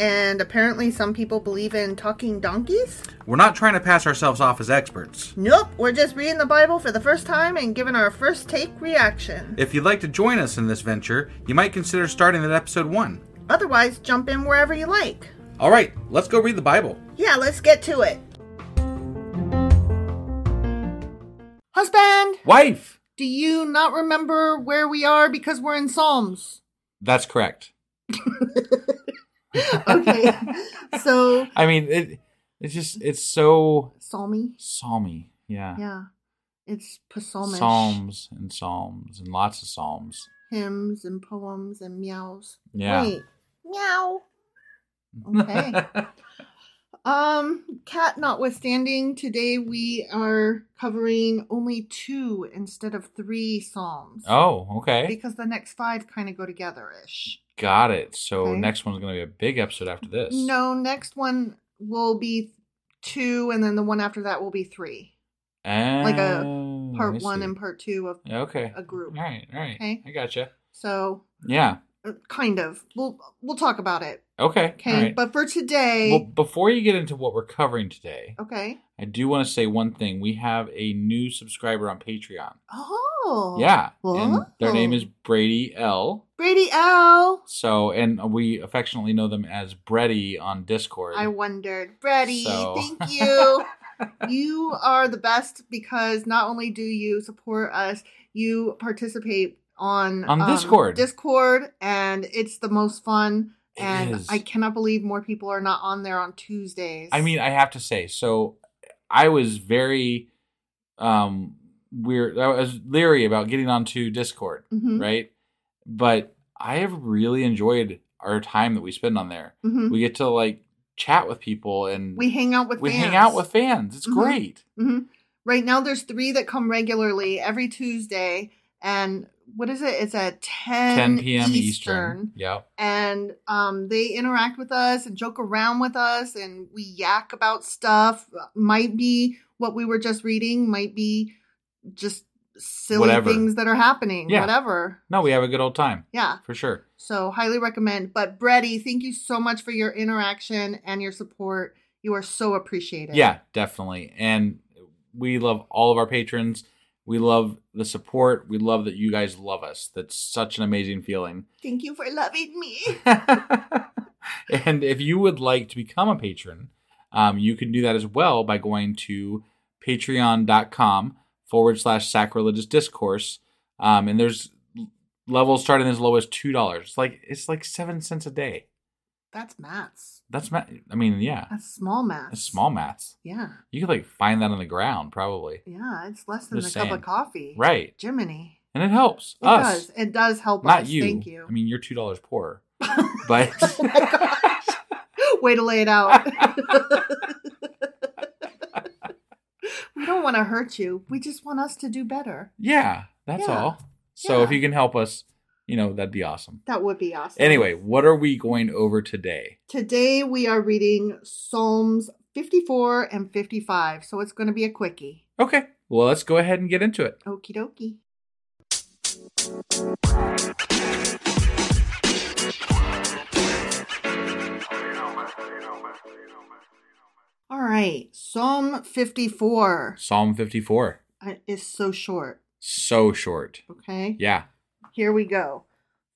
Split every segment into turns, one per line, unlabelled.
and apparently some people believe in talking donkeys?
We're not trying to pass ourselves off as experts.
Nope, we're just reading the Bible for the first time and giving our first take reaction.
If you'd like to join us in this venture, you might consider starting at episode 1.
Otherwise, jump in wherever you like.
All right, let's go read the Bible.
Yeah, let's get to it. Husband,
Wife!
do you not remember where we are because we're in Psalms?
That's correct.
Okay. so,
I mean, it it's just it's so
Psalmy.
psalmy. Yeah.
Yeah. It's psalmish.
Psalms and psalms and lots of psalms.
Hymns and poems and meows.
Yeah.
Wait. Meow. Okay. Um, cat notwithstanding, today we are covering only two instead of three psalms.
oh, okay.
Because the next five kind of go together ish.
Got it. So
Okay.
next one's going to be a big episode after this.
No, next one will be two, and then the one after that will be three.
like
a
Hmm,
Part one and part two of
Okay.
a
All
group.
right. All right.
Okay.
I gotcha.
So,
Yeah.
uh, kind of. We'll we'll talk about it.
Okay.
Okay.
All right.
But for today,
well, before you get into what we're covering today,
okay.
I do want to say one thing. We have a new subscriber on Patreon.
Oh,
Yeah. And their
Whoa.
name is Brady L.
Brady L.
So, and we affectionately know them as Bretty on Discord.
I wondered. Brady,
So-
thank you. you are the best because not only do you support us, you participate on um,
On Discord.
Discord, and it's the most fun.
It
and
is.
I cannot believe more people are not on there on Tuesdays.
I mean, I have to say, so I was very um weird. I was leery about getting onto Discord,
Mhm,
right? But I have really enjoyed our time that we spend on there.
mhm.
We get to like chat with people and
we hang out with
we
fans.
hang out with fans. It's
Mhm.
great.
Mhm. Right now, there's three that come regularly every Tuesday, and what is it? It's at 10,
10 p.m. Eastern.
Eastern.
Yep.
and um, they interact with us and joke around with us and we yak about stuff might be what we were just reading might be just silly
Whatever.
things that are happening
Yeah.
whatever
No, we have a good old time
yeah
for sure.
so highly recommend but Brady, thank you so much for your interaction and your support you are so appreciated
Yeah, definitely. And we love all of our patrons. We love the support. We love that you guys love us. That's such an amazing feeling.
thank you for loving me
and if you would like to become a patron, um, you can do that as well by going to patreon.com forward slash sacrilegious discourse. Um, and there's l- levels starting as low as two dollars. It's like it's like seven cents a day.
that's maths
That's ma- I mean, yeah,
that's small maths
that's small maths.
yeah
You could like find that on the ground probably.
yeah it's less than
Just
a cup
saying.
of coffee
Right.
jiminy
and it helps
it
us,
does it does help
not
us
you.
thank you
I mean, you're two dollars poorer, but
oh my gosh. Way to lay it out. we don't want to hurt you. We just want us to do better.
yeah, that's
Yeah.
all. So if
Yeah.
you can help us, you know that'd be awesome.
That would be awesome.
Anyway, what are we going over today?
today we are reading Psalms 54 and 55. So it's going to be a quickie.
Okay. Well, let's go ahead and get into it.
Okie dokie. All right. Psalm 54
Psalm 54.
uh, is so short.
So short.
Okay.
Yeah.
Here we go.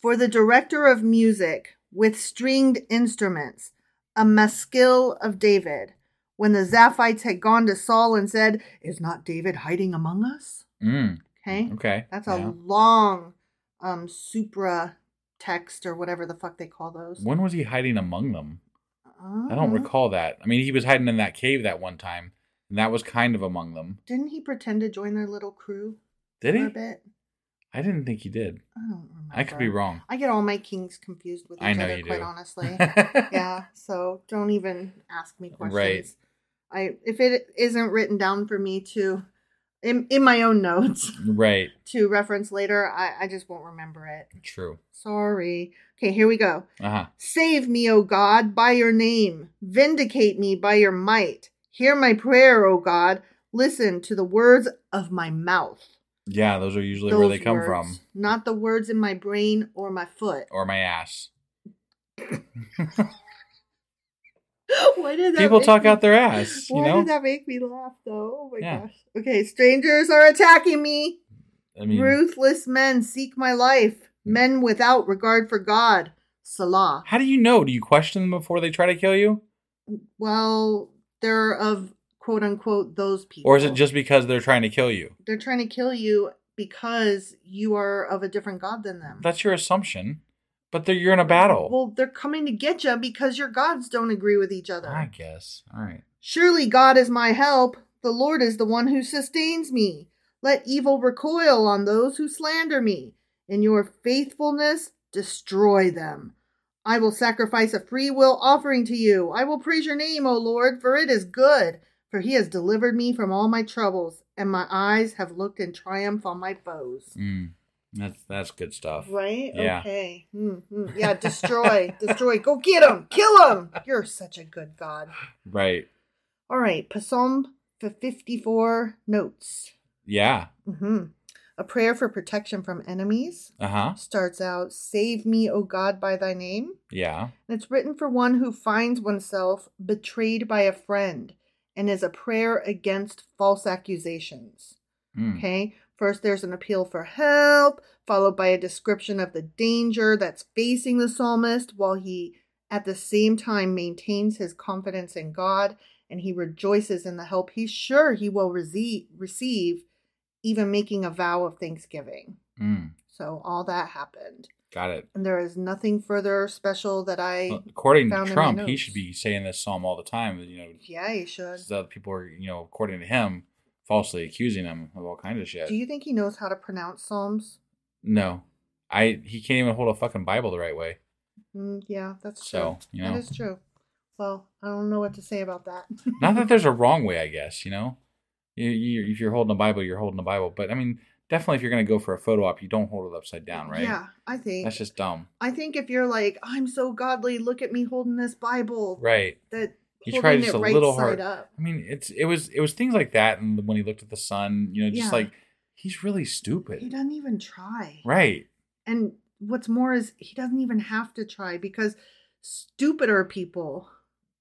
For the director of music with stringed instruments, a maskil of David. When the Zaphites had gone to Saul and said, Is not David hiding among us?
Mm.
Okay.
Okay.
That's a
Yeah.
long um supra text or whatever the fuck they call those.
When was he hiding among them? I
Uh-huh.
don't recall that. I mean, he was hiding in that cave that one time, and that was kind of among them.
Didn't he pretend to join their little crew
Did
for
he?
a bit? Uh-huh.
I didn't think he did.
I don't remember.
I could be wrong.
I get all my kings confused with each
I know
other,
you
quite
do.
honestly. yeah so don't even ask me questions
Right.
i if it isn't written down for me to in, in my own notes
Right.
to reference later I, I just won't remember it
True.
sorry okay here we go
Uh huh.
save me o god by your name vindicate me by your might hear my prayer o god listen to the words of my mouth
Yeah, those are usually where they
Those
come
words,
from.
not the words in my brain or my foot
Or my ass.
Why did that
People
make
talk
me-
out their ass, you
Why
know?
did that make me laugh though? Oh my
Yeah.
gosh. Okay, strangers are attacking me.
I mean,
Ruthless men seek my life. Men without regard for God. Salah.
how do you know? Do you question them before they try to kill you?
Well, they're of quote unquote those people.
Or is it just because they're trying to kill you?
they're trying to kill you because you are of a different God than them?
That's your assumption. But they're, you're in a battle.
Well, they're coming to get you because your gods don't agree with each other.
I guess. All right.
Surely God is my help. The Lord is the one who sustains me. Let evil recoil on those who slander me. In your faithfulness, destroy them. I will sacrifice a free will offering to you. I will praise your name, O Lord, for it is good. For he has delivered me from all my troubles, and my eyes have looked in triumph on my foes.
Mm. That's that's good stuff.
Right?
Yeah.
Okay. Mm-hmm. Yeah, destroy. destroy. Go get him. Kill him. You're such a good God.
Right.
All right, Psalm f- 54 notes.
Yeah.
hmm A prayer for protection from enemies
Uh huh.
starts out Save me, O God, by thy name.
Yeah.
And it's written for one who finds oneself betrayed by a friend and is a prayer against false accusations.
Mm.
Okay. First, there's an appeal for help, followed by a description of the danger that's facing the psalmist, while he at the same time maintains his confidence in God and he rejoices in the help he's sure he will rece- receive, even making a vow of thanksgiving.
Mm.
So, all that happened.
Got it.
And there is nothing further special that I.
Well, According to
found in my
Trump, he
notes.
should be saying this psalm all the time. You know,
yeah, you should.
so that people are, you know, according to him, falsely accusing him of all kinds of shit.
Do you think he knows how to pronounce psalms?
no, I he can't even hold a fucking Bible the right way.
Mm, yeah, that's true.
So, you know.
That is true. Well, I don't know what to say about that.
Not
Mm-hmm.
that there's a wrong way, I guess. You know, you, you, if you're holding a Bible, you're holding a Bible. But I mean, definitely, if you're gonna go for a photo op, you don't hold it upside down, right?
Yeah, I think.
That's just dumb,
I think if you're like, I'm so godly, look at me holding this Bible,
right?
that
He
holding
tried
it
just a
right
little hard.
side up.
I mean, it's it was it was things like that, and when he looked at the sun, you know, just
Yeah.
like he's really
He
stupid,
doesn't even try.
right?
And what's more is he doesn't even have to try because stupider people.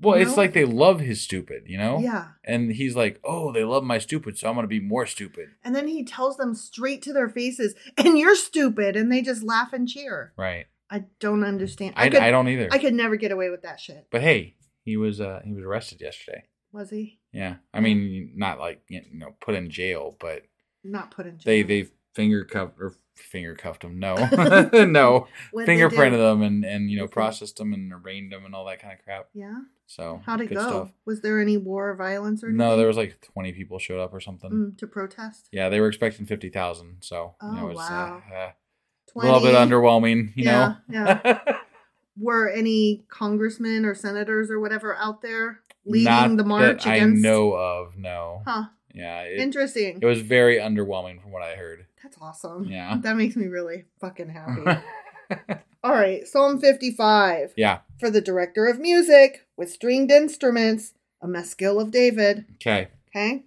Well,
You
it's
know?
like they love his stupid, you know.
Yeah.
And he's like, "Oh, they love my stupid, so I'm gonna be more stupid."
And then he tells them straight to their faces, and you're stupid, and they just laugh and cheer.
Right.
I don't understand.
I,
could
I don't either.
I could never get away with that shit.
but hey, he was uh he was arrested yesterday.
Was he?
Yeah. I
Mm-hmm.
mean, not like you know put in jail, but
Not put in jail.
they they finger cuffed or finger cuffed him. No, no,
What'd they
fingerprinted
do? Mm-hmm.
them and and you know
Okay.
processed them and arraigned them and all that kind of crap.
Yeah.
So
How'd it
good
go?
stuff.
Was there any war or violence or anything?
No, there was like 20 people showed up or something.
Mm, to protest.
Yeah, they were expecting 50,000. So, you know,
Oh,
it was
wow.
uh, uh, a little bit
20?
underwhelming, you
yeah,
know?
yeah. Were any congressmen or senators or whatever out there leading
Not
the march
that I
against?
know of, no.
Huh.
Yeah, it,
Interesting.
it was very underwhelming from what I heard.
That's awesome.
Yeah.
That makes me really fucking Mm-hmm. happy. All right, Psalm 55
yeah.
for the director of music with stringed instruments, a mescal of David.
Okay.
Okay?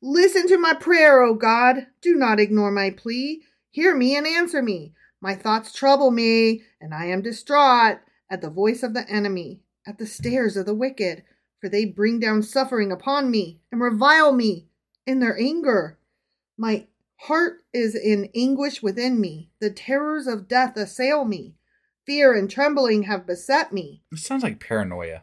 Listen to my prayer, O God. Do not ignore my plea. Hear me and answer me. My thoughts trouble me, and I am distraught at the voice of the enemy, at the stairs of the wicked, for they bring down suffering upon me and revile me in their anger. My heart is in anguish within me. The terrors of death assail me. Fear and trembling have beset me.
This sounds like paranoia.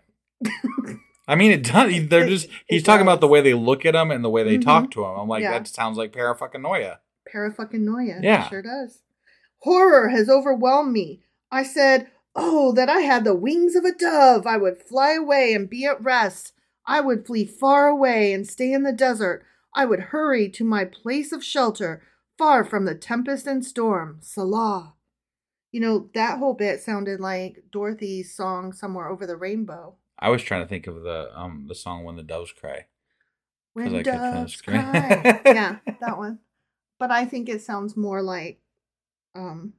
I mean, it does. They're
It-
just.
it
He's talking about
does.
the way they look at him and the way they
Mhm.
talk to him. I'm like,
Yeah.
that sounds like parafuckinoia.
Parafuckinoia. it
Yeah.
Sure does. Horror has overwhelmed me. I said, Oh, that I had the wings of a dove. I would fly away and be at rest. I would flee far away and stay in the desert. I would hurry to my place of shelter, far from the tempest and storm. Salah. You know, that whole bit sounded like Dorothy's song Somewhere Over the Rainbow.
I was trying to think of the um the song "When the Doves Cry."
When
like a
doves
touch screen.
cry. yeah, that one. But I think it sounds more like um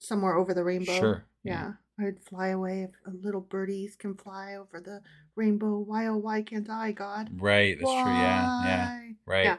somewhere over the rainbow.
Sure.
Yeah. I would fly away if uh, little birdies can fly over the rainbow. Why oh why can't I, God?
Right. That's true. Yeah. Yeah.
Why?
Right.
Yeah.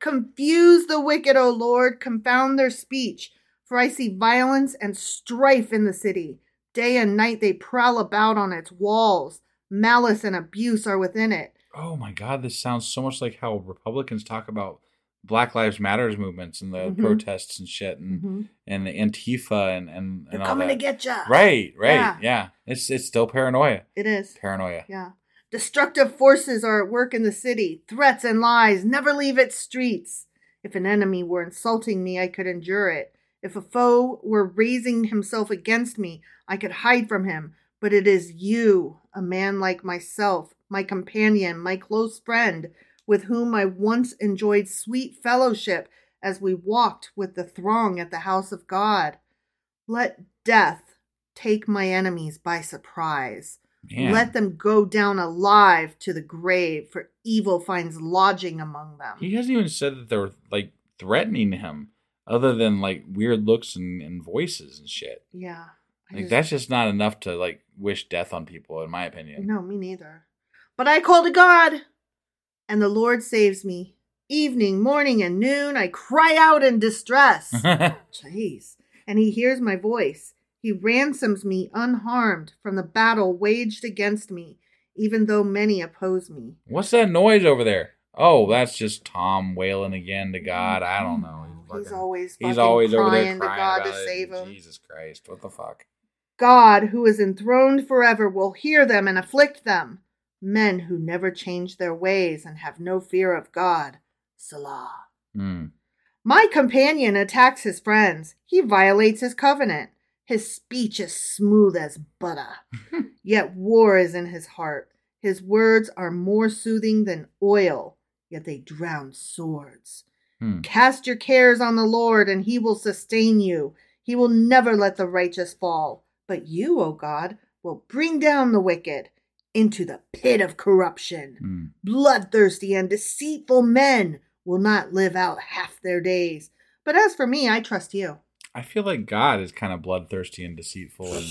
Confuse the wicked, O Lord, confound their speech, for I see violence and strife in the city. Day and night they prowl about on its walls. Malice and abuse are within it.
Oh my God! This sounds so much like how Republicans talk about Black Lives Matters movements and the
Mhm.
protests and shit and and the Antifa and Mm-hmm. and,
Mm-hmm. They're
and all
coming
that.
to get you.
Right. Right.
Yeah.
Yeah. It's it's still paranoia.
It is.
Paranoia.
Yeah. Destructive forces are at work in the city. Threats and lies never leave its streets. If an enemy were insulting me, I could endure it. If a foe were raising himself against me, I could hide from him. But it is you, a man like myself, my companion, my close friend, with whom I once enjoyed sweet fellowship as we walked with the throng at the house of God. Let death take my enemies by surprise.
Man.
Let them go down alive to the grave, for evil finds lodging among them.
He hasn't even said that they're like threatening him, other than like weird looks and, and voices and shit.
yeah. I
Like
just-
that's just not enough to like wish death on people, in my opinion.
No, me neither. But I call to God, and the Lord saves me. Evening, morning, and noon, I cry out in distress. Jeez. And he hears my voice. He ransoms me unharmed from the battle waged against me, even though many oppose me.
What's that noise over there? Oh, that's just Tom wailing again to God. I don't know.
Mm-hmm. He's
fucking-
always
he's
fucking
always over there
crying to
crying
God
about
to
it.
save him.
Jesus Christ, what the fuck?
God, who is enthroned forever, will hear them and afflict them. Men who never change their ways and have no fear of God. Salah.
Hmm.
My companion attacks his friends. He violates his covenant. His speech is smooth as butter. Yet war is in his heart. His words are more soothing than oil, yet they drown swords.
Hmm.
Cast your cares on the Lord, and he will sustain you. He will never let the righteous fall. But you, O God, will bring down the wicked into the pit of corruption.
Hmm.
Bloodthirsty and deceitful men will not live out half their days. But as for me, I trust you.
I feel like God is kind of bloodthirsty and deceitful, and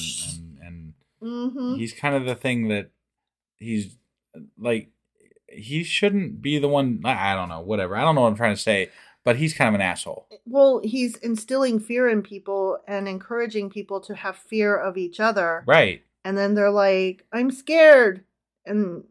and, and
Mm-hmm.
he's kind of the thing that he's like he shouldn't be the one i I don't know whatever i don't know what i'm trying to say but he's kind of an asshole
Well, he's instilling fear in people and encouraging people to have fear of each other.
right
And then they're like, I'm scared. And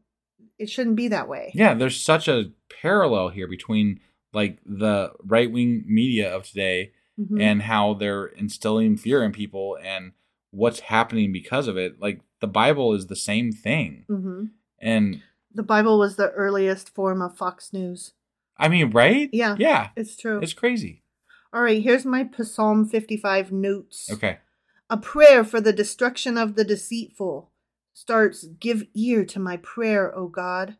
it shouldn't be that way.
yeah there's such a parallel here between like the right-wing media of today
Mhm.
and how they're instilling fear in people and what's happening because of it like the bible is the same thing
Mhm.
and
The Bible was the earliest form of Fox News.
i mean right
Yeah.
yeah
It's true.
it's crazy
All right, here's my Psalm 55 notes.
okay
A prayer for the destruction of the deceitful starts Give ear to my prayer, O God.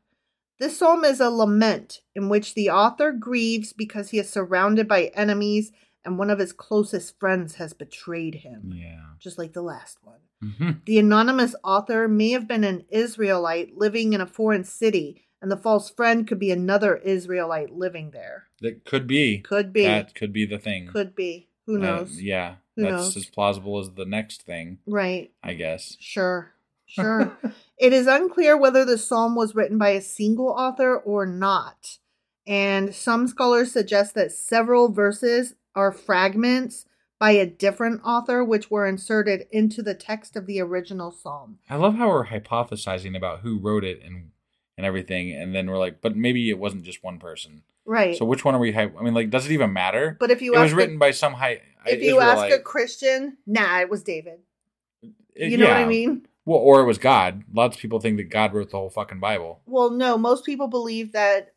This psalm is a lament in which the author grieves because he is surrounded by enemies and one of his closest friends has betrayed him,
yeah
just like the last one.
Mhm.
The anonymous author may have been an Israelite living in a foreign city, and the false friend could be another Israelite living there.
that could be
Could be.
that could be the thing
Could be. Who
Uh,
knows?
yeah,
Who
that's
knows?
as plausible as the next thing,
Right.
I guess.
Sure. Sure. it is unclear whether the psalm was written by a single author or not. And some scholars suggest that several verses are fragments by a different author, which were inserted into the text of the original psalm.
I love how we're hypothesizing about who wrote it and and everything, and then we're like, but maybe it wasn't just one person.
Right.
So which one are we? hy- I mean, like, does it even matter?
but if you
it was
ask
written
a,
by some high.
if you ask a Christian, nah, it was David.
Uh,
You know what I mean?
Well, or it was God. Lots of people think that God wrote the whole fucking Bible.
Well, no, most people believe that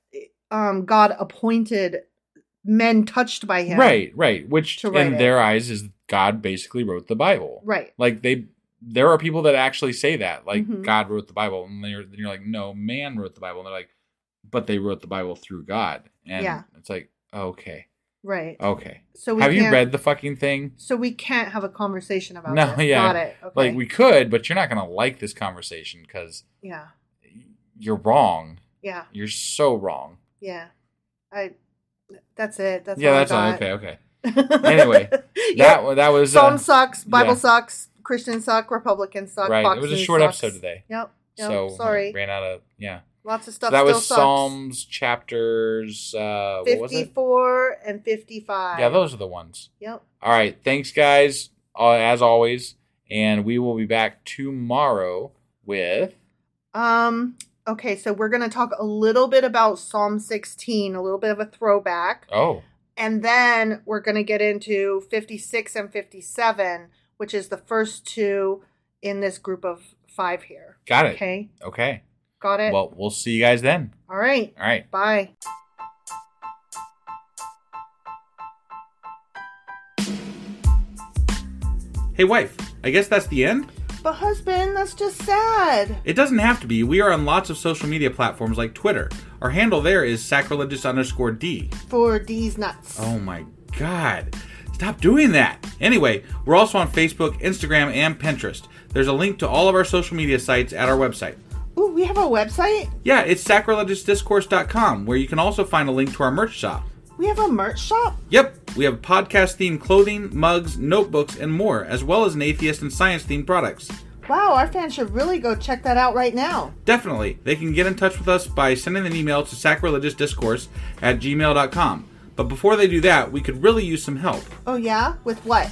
um, God appointed men touched by him.
Right, right. Which
To write
in
it.
their eyes is God basically wrote the Bible.
Right.
Like they, there are people that actually say that, like
Mhm.
God wrote the Bible, and you're, you're like, no, man wrote the Bible, and they're like, but they wrote the Bible through God, and
Yeah.
it's like, okay,
Right.
okay.
So we
Oh, Have you
can't-
read the fucking thing?
So we can't have a conversation about
No,
it.
yeah.
Got it. Okay.
Like we could, but you're not gonna like this conversation because
yeah.
you're wrong.
Yeah.
You're so wrong.
Yeah. I that's it. That's
yeah,
all
that's all.
I
okay. Okay.
got.
Anyway,
yeah.
That wa- that was
Psalm
uh,
sucks, Bible
yeah.
sucks, Christians suck, Republicans suck,
right.
Fox
It was a
News
short
sucks.
episode today,
Yep. yep
so
sorry.
ran out of yeah.
Lots of stuff
that
still
was
sucks.
Psalms chapters. Uh, what was it?
54 and 55.
Yeah, those are the ones.
Yep.
All right, thanks guys, uh, as always, and we will be back tomorrow with
Um okay, so we're going to talk a little bit about Psalm 16, a little bit of a throwback.
oh
And then we're going to get into 56 and 57, which is the first two in this group of 5 here.
got it
Okay?
okay.
Got it?
Well, we'll see you guys then.
All right.
All right.
Bye.
Hey wife, I guess that's the end.
But husband, that's just sad.
It doesn't have to be. We are on lots of social media platforms like Twitter. Our handle there is sacrilegious underscore D.
For these nuts.
Oh my God. Stop doing that. Anyway, we're also on Facebook, Instagram, and Pinterest. There's a link to all of our social media sites at our website.
Ooh, we have a website?
Yeah, it's sacrilegiousdiscourse.com, where you can also find a link to our merch shop.
We have a merch shop?
Yep, we have podcast themed clothing, mugs, notebooks, and more, as well as an atheist and science themed products.
Wow, our fans should really go check that out right now.
Definitely, they can get in touch with us by sending an email to sacrilegiousdiscourse at gmail.com. But before they do that, we could really use some help.
Oh, yeah? With what?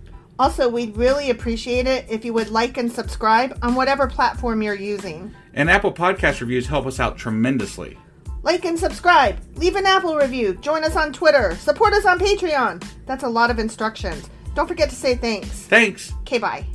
Also, we'd really appreciate it if you would like and subscribe on whatever platform you're using.
And Apple Podcast reviews help us out tremendously.
Like and subscribe, leave an Apple review, join us on Twitter, support us on Patreon. That's a lot of instructions. Don't forget to say thanks.
Thanks!
Okay, bye.